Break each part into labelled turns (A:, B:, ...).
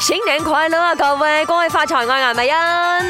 A: 新年快樂啊，各位！恭喜發財，我係顏美欣。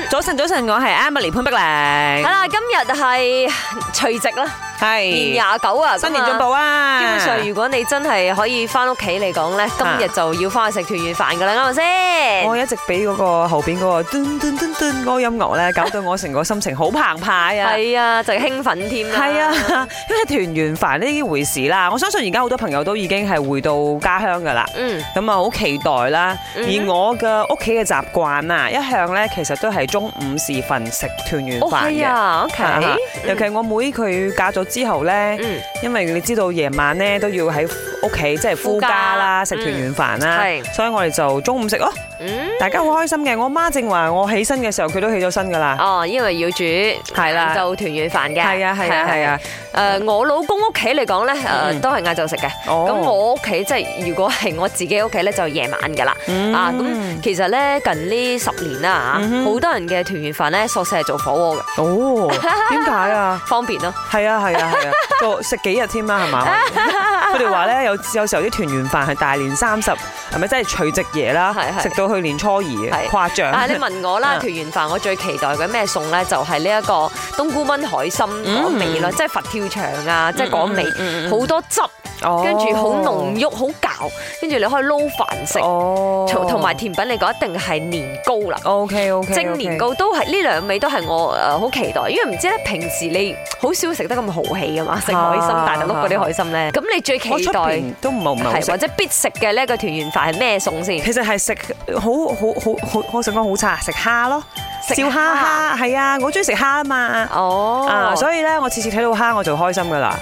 B: 早晨，早晨，我係 Emily 潘碧
A: 係
B: 玲，
A: 啦，今日係除夕啦，年
B: 係
A: 廿九啊，
B: 嗯新年進步
A: 咁啊！
B: 啊！
A: 基本上，如果你真係可以翻屋企嚟講咧，今日就要翻去食團圓飯噶啦，啱咪先？
B: 啊我一直俾嗰個後邊嗰個噔噔噔噔嗰個音樂 咧，搞到我成個心情好澎湃啊！
A: 係啊，就興奮添啦。
B: 係啊， 因為團圓飯呢回事啦，我相信而家好多朋友都已經係回到家鄉噶啦。
A: 嗯，
B: 咁啊，好期待啦！
A: 嗯
B: 而我嘅屋企嘅習慣啊，一向咧其實都係中午時分食團圓
A: 哦
B: 飯
A: 係
B: 嘅。
A: 啊，OK，
B: 啊尤其
A: 嗯
B: 係我妹佢嫁咗之後咧，
A: 嗯
B: 因為你知道夜晚咧都要喺屋企即係夫家啦，
A: 夫
B: 食
A: 家
B: 團圓飯啦，
A: 嗯係
B: 所以我哋就中午食咯，
A: 嗯，
B: 大家好開心嘅。我媽正話我起身嘅時候，佢都起咗身噶啦。
A: 哦，因為要煮
B: 啊係啦
A: 就團圓飯嘅。
B: 係啊係啊係啊，
A: 誒，呃我老公屋企嚟講咧，誒
B: 嗯
A: 都係晏晝食嘅。咁
B: 哦，
A: 我屋企即係如果係我自己屋企咧，就夜晚㗎啦。
B: 嗯
A: 啊，咁其實咧近呢十年啦
B: 嗯
A: 嚇，
B: 哼
A: 好多人嘅團圓飯咧，索性係做火鍋嘅，
B: 哦，點解 啊？
A: 方便咯。
B: 係啊係啊係啊，做食幾日添啦係嘛？ 佢哋話咧有有時候啲團圓飯係大年三十，係咪真係除夕夜啦
A: 係？係
B: 食到去年初二嘅，
A: 係啊
B: 誇張。
A: 但係你問 我啦，
B: 嗯
A: 團圓飯我最期待嘅咩餸咧，就係呢一個冬菇炆海參嗰味咯，即係佛跳牆啊，即係嗰味，
B: 嗯嗯嗯嗯
A: 好多汁，
B: 哦
A: 跟住好濃郁，好嚼，跟住你可以撈飯食，
B: 哦，
A: 同同埋甜品嚟講一定係年糕啦。
B: OK OK，
A: 蒸年糕都係呢兩味都係我誒好期待，因為唔知咧平時你好少食得咁豪氣噶嘛，食海
B: 啊
A: 參大粒碌嗰啲海參咧，咁你最期
B: 我出
A: 待
B: 邊都唔係唔係好
A: 係或
B: 食。
A: 者必食嘅呢一個團圓飯係咩餸 先？
B: 其實係食好好好好，我想講好差，食蝦咯，
A: 食
B: 燒蝦蝦係啊，我中意食蝦啊嘛，啊，
A: 哦，所以
B: 所以咧我次次睇到蝦我就開心 噶啦，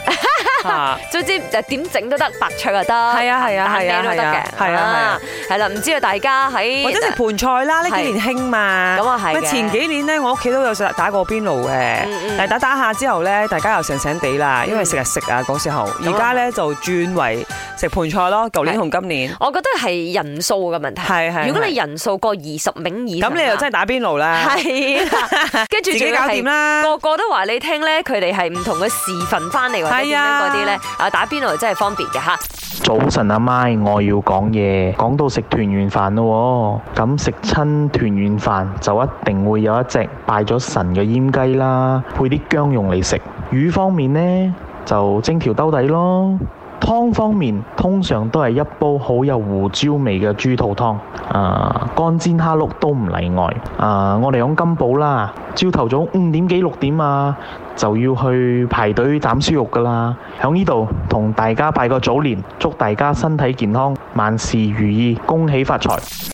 B: 啊
A: 總之誒點整都得，白灼又得，
B: 係啊係啊
A: 蛋
B: 係啊
A: 餅都得嘅，
B: 係啊係啊
A: 啊，係啦，唔知道大家喺
B: 或者食盤菜啦，呢幾年興嘛。
A: 咁啊係嘅
B: 喂前幾年咧，我屋企都有打過邊爐嘅
A: 嗯嗯，
B: 但係打打下之後咧，大家又醒醒地啦，因為成日食啊嗰時候，而家咧就轉為食盤菜咯。舊年同今年
A: 我覺得係人數嘅問題。
B: 係係，
A: 如果
B: 係
A: 你人數過二十名以上
B: 咁
A: 啦，
B: 你又真係打邊爐啦，
A: 係 啦，跟住
B: 自
A: 仲
B: 己
A: 要
B: 搞
A: 係
B: 掂啦。
A: 個個都話你聽咧，佢哋係唔同嘅時份翻嚟或者點
B: 係
A: 樣
B: 啊
A: 嗰啲咧，啊打邊爐真係方便嘅吓。
C: 早晨阿媽，我要講嘢，講到食團圓飯咯喎，咁食親團圓飯就一定會有一隻拜咗神嘅閹雞啦，配啲薑蓉嚟食。魚方面呢，就蒸條兜底咯。湯方面通常都係一煲好有胡椒味嘅豬肚湯，啊乾煎蝦碌都唔例外。啊，我哋講金寶啦，朝頭早五點幾六點啊，就要去排隊斬燒肉㗎啦。喺呢度同大家拜個早年，祝大家身體健康，萬事如意，恭喜發財。